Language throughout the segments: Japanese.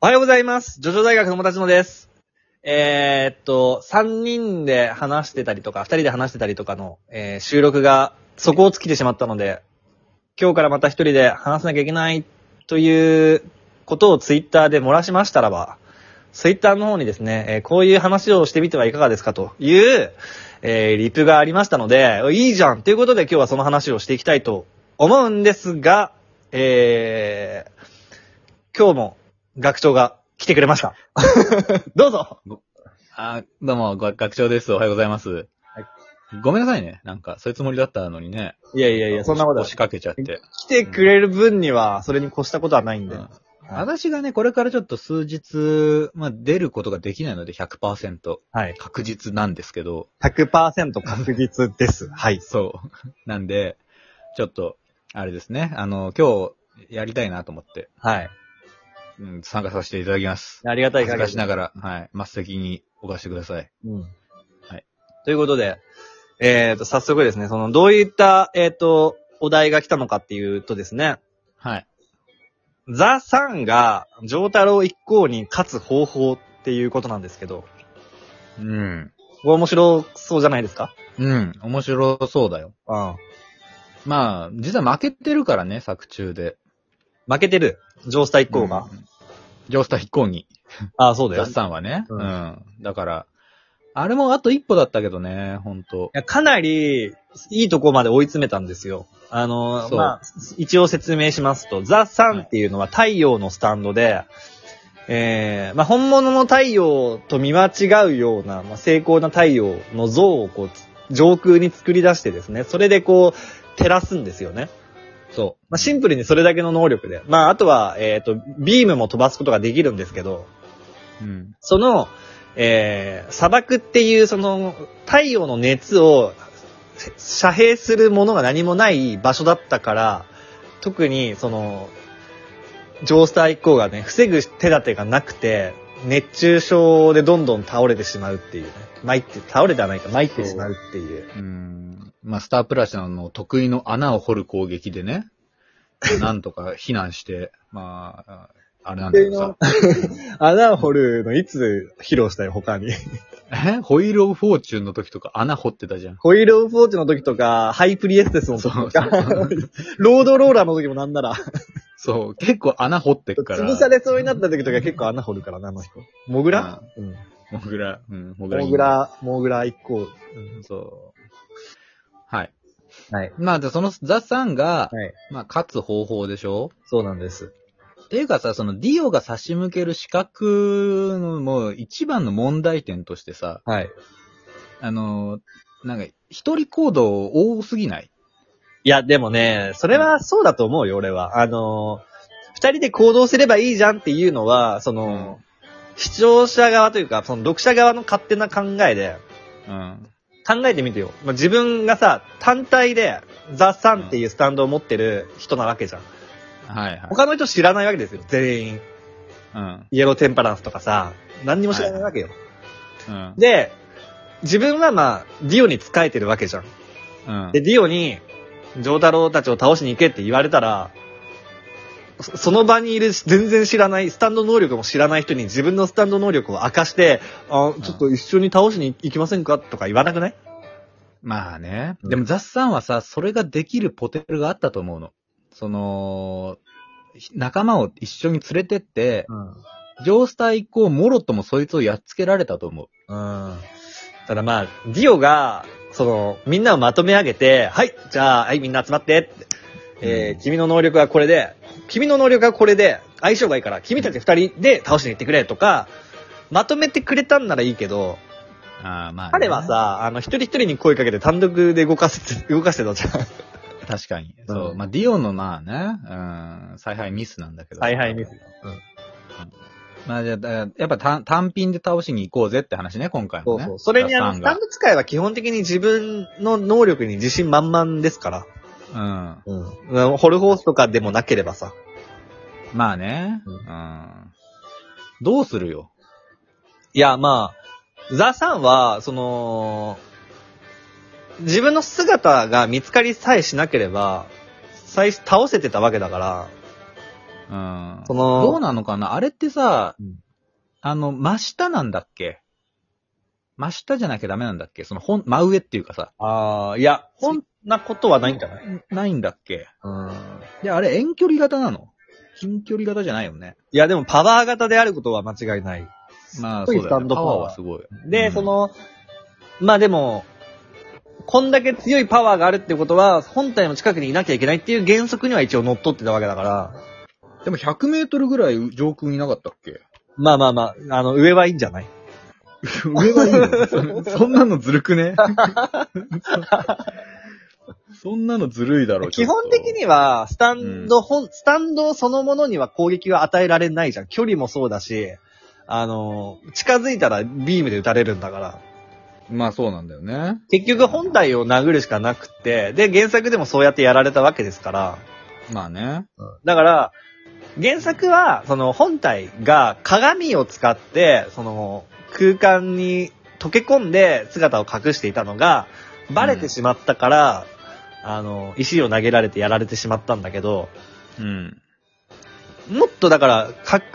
おはようございます。ジョジョ大学の友達のです。えーっと、3人で話してたりとか、2人で話してたりとかの、えー収録が底を尽きてしまったので、今日からまた1人で話さなきゃいけないということをツイッターで漏らしましたらば、ツイッターの方にですね、えーこういう話をしてみてはいかがですかという、えーリプがありましたので、いいじゃんということで今日はその話をしていきたいと思うんですが、えー今日も学長が来てくれました。 どうぞあ、どうも、ご学長です。おはようございます。ごめんなさいね。なんか、そういうつもりだったのにね。いやいやいいや、そんなことは押しかけちゃって。来てくれる分には、それに越したことはないんで。うん私がね、これからちょっと数日、まあ、出ることができないので100%はい。確実なんですけど、 100%確実 です。はい。そう。 なんで、ちょっと、あれですね。あの、今日、やりたいなと思って、はい。うん、参加させていただきます。ありがたい限恥ずりかしながら、はい。末席にお貸してください。うん。はい。ということで、えっ、と、早速ですね、その、どういった、えっ、と、お題が来たのかっていうとですね、はい。ザ・サンが、ジョータロ一行に勝つ方法っていうことなんですけど、うん。これ面白そうじゃないですかうん。面白そうだよ。うん。まあ、実は負けてるからね、作中で。負けてる。ジョースタ一行が。うん。ジョースター飛行に。ああ、そうだよ。ザいッサンはね。ううんん。だから、あれもあと一歩だったけどね、ほんと。やかなり、いいとこまで追い詰めたんですよ。あの、そうまあ、一応説明しますと、ザ・サンっていうのは太陽のスタンドで、えー、まあ、本物の太陽と見間違うような、まあ、精巧な太陽の像をこう、上空に作り出してですね、それでこう、照らすんですよね。そまあ、シンプルにそれだけの能力で。まあ、あとは、えっ、と、ビームも飛ばすことができるんですけど、う。うん。その、えー、砂漠っていうその太陽の熱を遮蔽するものが何もない場所だったから、特にその、ジョースター一行がね、防ぐ手立てがなくて、熱中症でどんどん倒れてしまうっていうね。参って、倒れてはないか、参ってしまうっていう。うん。まあ、スタープラチナの得意の穴を掘る攻撃でね、なんとか避難して、 まあ、あれなんだけ どさ。穴を掘るのいつ披露したよ、他に。えホイール・オブ・フォーチュンの時とか穴掘ってたじゃ ん。ホイールオブフォーチの時とか、ハイプリエステスの時とか、 ロードローラーの時もなんなら。そう、結構穴掘ってくから。潰されそうになった時とか結構穴掘るからな、あの人。モグラうん。モグラ、うん、モグラいモいんグだ。ラ、モグラ一個。うんそう。はい。はい。まあ、じゃあそのザ・サンはが、い。まあ、勝つ方法でしょそうなんです。っていうかさ、そのディオが差し向ける資格のもう一番の問題点としてさ、はい。あの、なんか、一人行動多すぎないいや、でもね、それはそうだと思うよ、俺は。あのー、二人で行動すればいいじゃんっていうのは、その、視聴者側というか、その読者側の勝手な考えで、うん。考えてみてよ。まあ、自分がさ、単体で、ザ・サンっていうスタンドを持ってる人なわけじゃん。はいはい。他の人知らないわけですよ、全員。うん。イエローテンパランスとかさ、何にも知らないわけよ。うん。で、自分はまあ、ディオに仕えてるわけじゃん。うんで、ディオに、ジョータロウたちを倒しに行けって言われたら、そその場にいる全然知らない、スタンド能力も知らない人に自分のスタンド能力を明かして、あ、ちょっと一緒に倒しに行きませんかとか言わなくないまあね。うんでもザ・サンはさ、それができるポテンシャルがあったと思うの。その、ひ仲間を一緒に連れてって、うん。ジョースター以降、モロットもそいつをやっつけられたと思う。うん。ただまあ、ディオが、その、みんなをまとめ上げて、はい、じゃあ、はい、みんな集まってって、えーうん君の能力はこれで、君の能力はこれで、相性がいいから、君たち二人で倒しに行ってくれとか、まとめてくれたんならいいけど、ああ、まあ、ね。彼は、さ、あの、一人一人に声かけて単独で動かせて、動かしてたじゃん。確かに。そう。うんまあ、ディオのまあね、うん、采配ミスなんだけど。采配ミスうん。まあ、じゃあ、だやっぱ単単品で倒しに行こうぜって話ね、今回そもうね。そう。それにあラの、ススさタんンド使いは基本的に自分の能力に自信満々ですから。がうん。ホルホースとかでもなければさ。うん。まあね、ううんん。どうするよ。いや、まあ、ザ・さんは、その、自分の姿が見つかりさえしなければ、さい倒せてたわけだから、うん。そのどうなのかなあれってさ、うんあの、真下なんだっけ真下じゃなきゃダメなんだっけその、ほん、真上っていうかさ、ああ、いや、そんなことはないんじゃないないんだっけうん。で、あれ遠距離型なの近距離型じゃないよね。いや、でもパワー型であることは間違いない。まあ、すそごいうスだよ、タンね。ドパパワーワーはすごい。で、うんそ、の、まあでも、こんだけ強いパワーがあるってことは、本体の近くにいなきゃいけないっていう原則には一応乗っ取ってたわけだから、でも100メートルぐらい上空にいなかったっけまあまあまあ、あの、上はいいんじゃない上はいいの そそんなのずるく ねそんなのずるいだろう、ち基ょっと本的。には、スタンド、ほん、スタンドそのものには攻撃は与えられないじゃん。距離もそうだし、あの、近づいたらビームで撃たれるんだから。まあそうなんだよね。結局本体を殴るしかなくて、で、原作でもそうやってやられたわけですから。まあね。だから、原作は、その本体が鏡を使って、その空間に溶け込んで姿を隠していたのが、バレてしまったから、あの、石を投げられてやられてしまったんだけど、うん。もっとだから、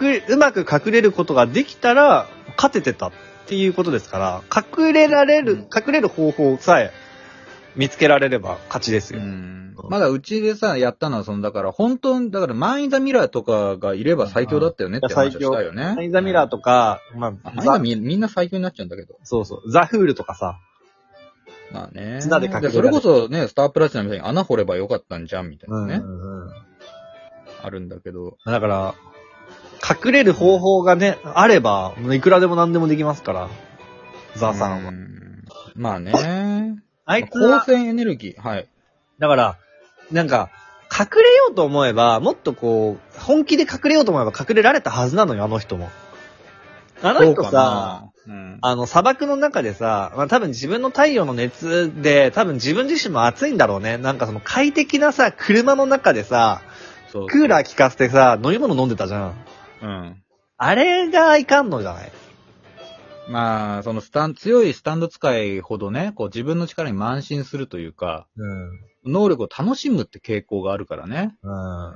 隠、うまく隠れることができたら、勝ててたっていうことですから、隠れられる、うん隠れる方法さえ見つけられれば勝ちですうよ。ん。まだうちでさ、やったのは、その、だから、本当に、だから、マン・イン・ザ・ミラーとかがいれば最強だったよねって話をしたよね。サイザミラーとか、まあ。あ、今ザ、みみんな最強になっちゃうんだけど。そうそう、ザフールとかさ、まあね。綱で隠れられるそれこそね、スタープラチナみたいに穴掘ればよかったんじゃんみたいなね。うんうんあるんだけど。だから、隠れる方法がね、あれば、いくらでも何でもできますから、ザさんは。うんまあね。あいつ光は、線エネルギー。はい。だから、なんか、隠れようと思えば、もっとこう、本気で隠れようと思えば隠れられたはずなのよ、あの人も。あの人さ、そうかな、うんあの、砂漠の中でさ、まあ、多分自分の太陽の熱で、多分自分自身も暑いんだろうね。なんかその快適なさ、車の中でさ、そうクーラー効かせてさ、飲み物飲んでたじゃん。うん。あれがいかんのじゃないまあ、そのスタン、強いスタンド使いほどね、こう自分の力に慢心するというか、うん。能力を楽しむって傾向があるからね。うん。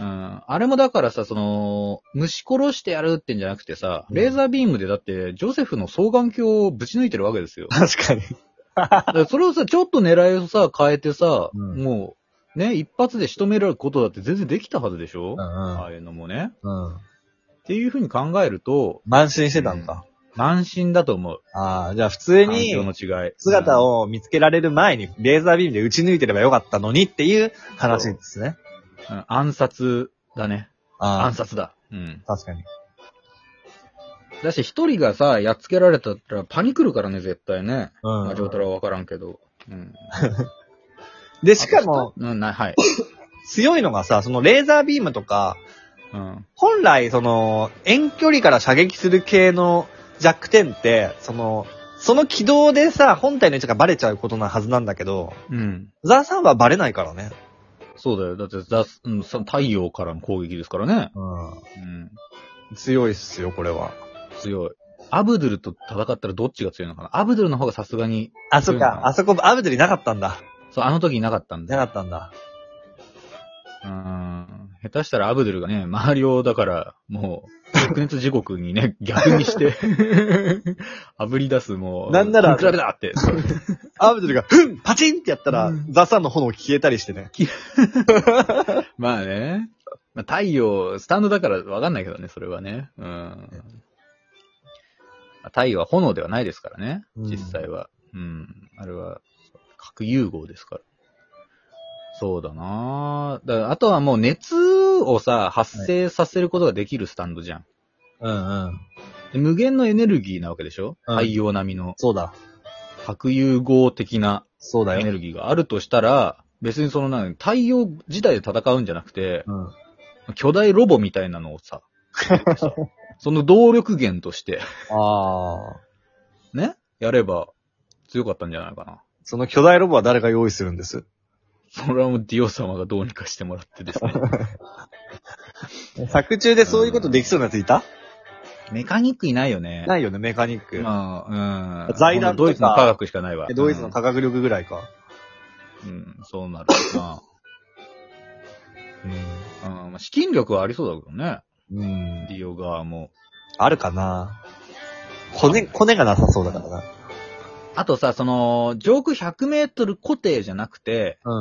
うん。あれもだからさ、その、虫殺してやるってんじゃなくてさ、レーザービームでだって、ジョセフの双眼鏡をぶち抜いてるわけですよ。確かに。だからそれをさ、ちょっと狙いをさ、変えてさ、うんもう、ね、一発で仕留められることだって全然できたはずでしょ、ああいうのもね。うん。っていうふうに考えると、慢心してたんだ。慢心だと思う。ああ、じゃあ普通環境のに違い。姿を。を見つけられる前にレーザービームで撃ち抜いてればよかったのにっていう話ですね。うん暗殺だね。あ暗殺だ。うん。あ、確かに。だし、一人がさ、やっつけられたらパニクるからね、絶対ね。うんまあ、ジョータロはわからんけど。うん。で、しかも、うん、な、はい。強いのがさ、そのレーザービームとか、うん。本来その遠距離から射撃する系の弱点って、その、その軌道でさ、本体の位置がバレちゃうことなはずなんだけど、うん。ザーさんはバレないからね。そうだよ。だって、ザス、うん、その太陽からの攻撃ですからね。ううん。ん。強いっすよ、これは。強い。アブドゥルと戦ったらどっちが強いのかなアブドゥルの方がさすがに、あ、そっうか。んあそこ、アブドゥリなかったんだ。そう、あの時いなかったなんで。かったんだ。うん。下手したらアブドゥルがね、周りをだから、もう、白熱地獄にね、 逆 にして、炙り出す、もう、なんなら比べだって。そうアブドゥルが、ふんパチンってやったら、うんザ・サンの炎消えたりしてね。まあね。まあ、太陽、スタンドだからわかんないけどね、それはね。うん。まあ太陽は炎ではないですからね、うん実際は。うん。あれは、核融合ですから。そうだなぁだからあとはもう熱をさ、発生させることができるスタンドじゃん。うんうん。で無限のエネルギーなわけでしょ、うん太陽並みのそうだ。核融合的なそうエだネよ。ルギーがあるとしたら、別にそのなん太陽自体で戦うんじゃなくて、うん。巨大ロボみたいなのをさ、その動力源として、ああ。ね、やれば強かったんじゃないかな。その巨大ロボは誰が用意するんですそれはもうディオ様がどうにかしてもらってですね。作中でそういうことできそうなやついた、メカニックいないよね。ないよね、メカニック。まあ、うん。財団とかドイツの科学しかないわ。えドイツの科学力ぐらいか。うん、うんそうなるな。うん。うんまあ、資金力はありそうだけどね。うん。リオ側も。あるかな骨、骨がなさそうだからな。あとさ、その、上空100メートル固定じゃなくて、うん。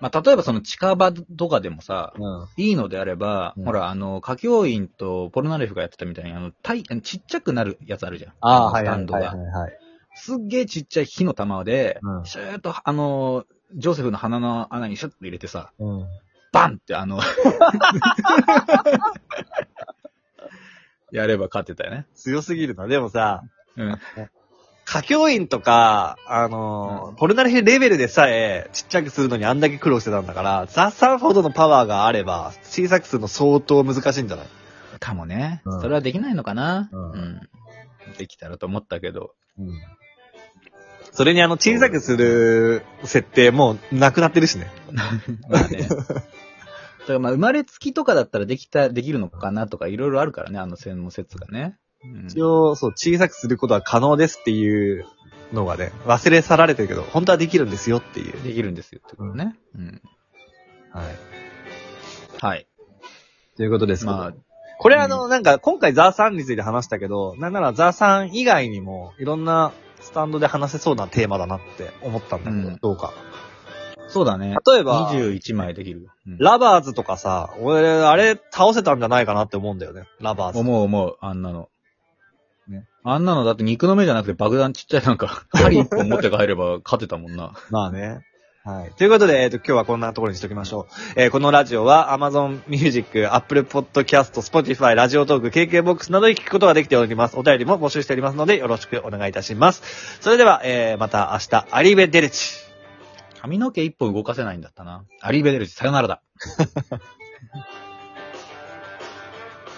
まあ、例えばその近場とかでもさ、うん。いいのであれば、うんほら、あの、歌教員とポルナレフがやってたみたいに、あの、たいちっちゃくなるやつあるじゃん。ああ、はのいスはタいンドはいはい。がはい。すっげえちっちゃい火の玉で、うんシューッと、あの、ジョセフの鼻の穴にシュッと入れてさ、うん。バンってあの、 やれば勝てたよね。強すぎるな。でもさ、うん。歌教員とか、あのーポルナレフレベルでさえちっちゃくするのにあんだけ苦労してたんだから、ザ・サンフォードのパワーがあれば、小さくするの相当難しいんじゃないかもね。うんそれはできないのかな、うんできたらと思ったけど。うん。それにあの、小さくする設定もうなくなってるしね。 まあね。だからまあ生まれつきとかだったらできた、できるのかなとかいろいろあるからね、あの専門説がね。うん一応、そう、小さくすることは可能ですっていうのがね、忘れ去られてるけど、本当はできるんですよっていう。できるんですよってことね。うん。はい。はい。ということですけど。まあ、これあの、なんか、今回ザーサンについて話したけど、なんならザーサン以外にも、いろんなスタンドで話せそうなテーマだなって思ったんだけど、うんどうか。そうだね。例えば、 21枚できるよ。うんラバーズとかさ、俺、あれ倒せたんじゃないかなって思うんだよね。ラバーズ。思う思う、あんなの。ねあんなのだって肉の目じゃなくて爆弾ちっちゃいなんか、針一本持って帰れば勝てたもんな。まあね。はい。ということで、えっ、と、今日はこんなところにしときましょう。えーこのラジオは Amazon Music、Apple Podcast、Spotify、ラジオトーク、KKBOX などで聞くことができております。お便りも募集しておりますので、よろしくお願いいたします。それでは、えーまた明日、アリベデルチ。髪の毛一本動かせないんだったな。アリーベデルチ、さよならだ。